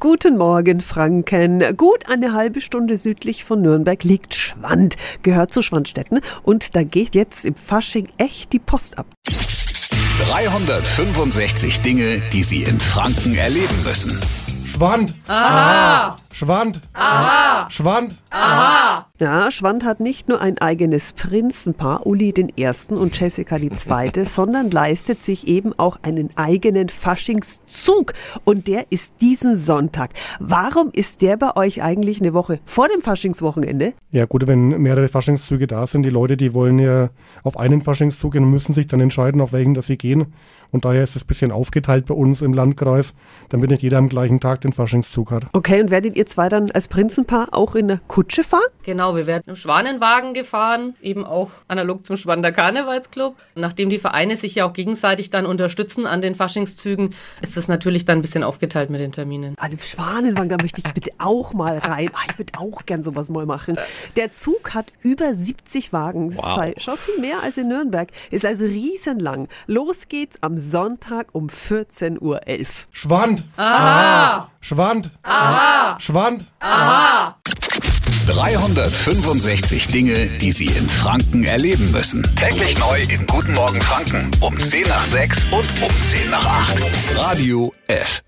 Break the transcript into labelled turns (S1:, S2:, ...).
S1: Guten Morgen, Franken. Gut eine halbe Stunde südlich von Nürnberg liegt Schwand, gehört zu Schwandstetten. Und da geht jetzt im Fasching echt die Post ab.
S2: 365 Dinge, die Sie in Franken erleben müssen.
S3: Schwand. Aha. Schwand. Aha. Schwand.
S1: Ja, Schwand hat nicht nur ein eigenes Prinzenpaar, Uli den Ersten und Jessica die Zweite, sondern leistet sich eben auch einen eigenen Faschingszug. Und der ist diesen Sonntag. Warum ist der bei euch eigentlich eine Woche vor dem Faschingswochenende?
S3: Ja gut, wenn mehrere Faschingszüge da sind, die Leute, die wollen ja auf einen Faschingszug gehen und müssen sich dann entscheiden, auf welchen das sie gehen. Und daher ist es ein bisschen aufgeteilt bei uns im Landkreis, damit nicht jeder am gleichen Tag den Faschingszug hat.
S1: Okay, und werdet ihr zwei dann als Prinzenpaar auch in der Kutsche fahren?
S4: Genau, wir werden im Schwanenwagen gefahren, eben auch analog zum Schwander Karnevalsclub. Nachdem die Vereine sich ja auch gegenseitig dann unterstützen an den Faschingszügen, ist das natürlich dann ein bisschen aufgeteilt mit den Terminen.
S1: Also im Schwanenwagen, da möchte ich bitte auch mal rein. Ah, ich würde auch gern sowas mal machen. Der Zug hat über 70 Wagen. Das wow. ist schon viel mehr als in Nürnberg. Ist also riesenlang. Los geht's am Sonntag um 14.11 Uhr.
S3: Schwand. Aha. Schwand. Aha. Schwand.
S2: 365 Dinge, die Sie in Franken erleben müssen. Täglich neu in Guten Morgen Franken um 10 nach 6 und um 10 nach 8. Radio F.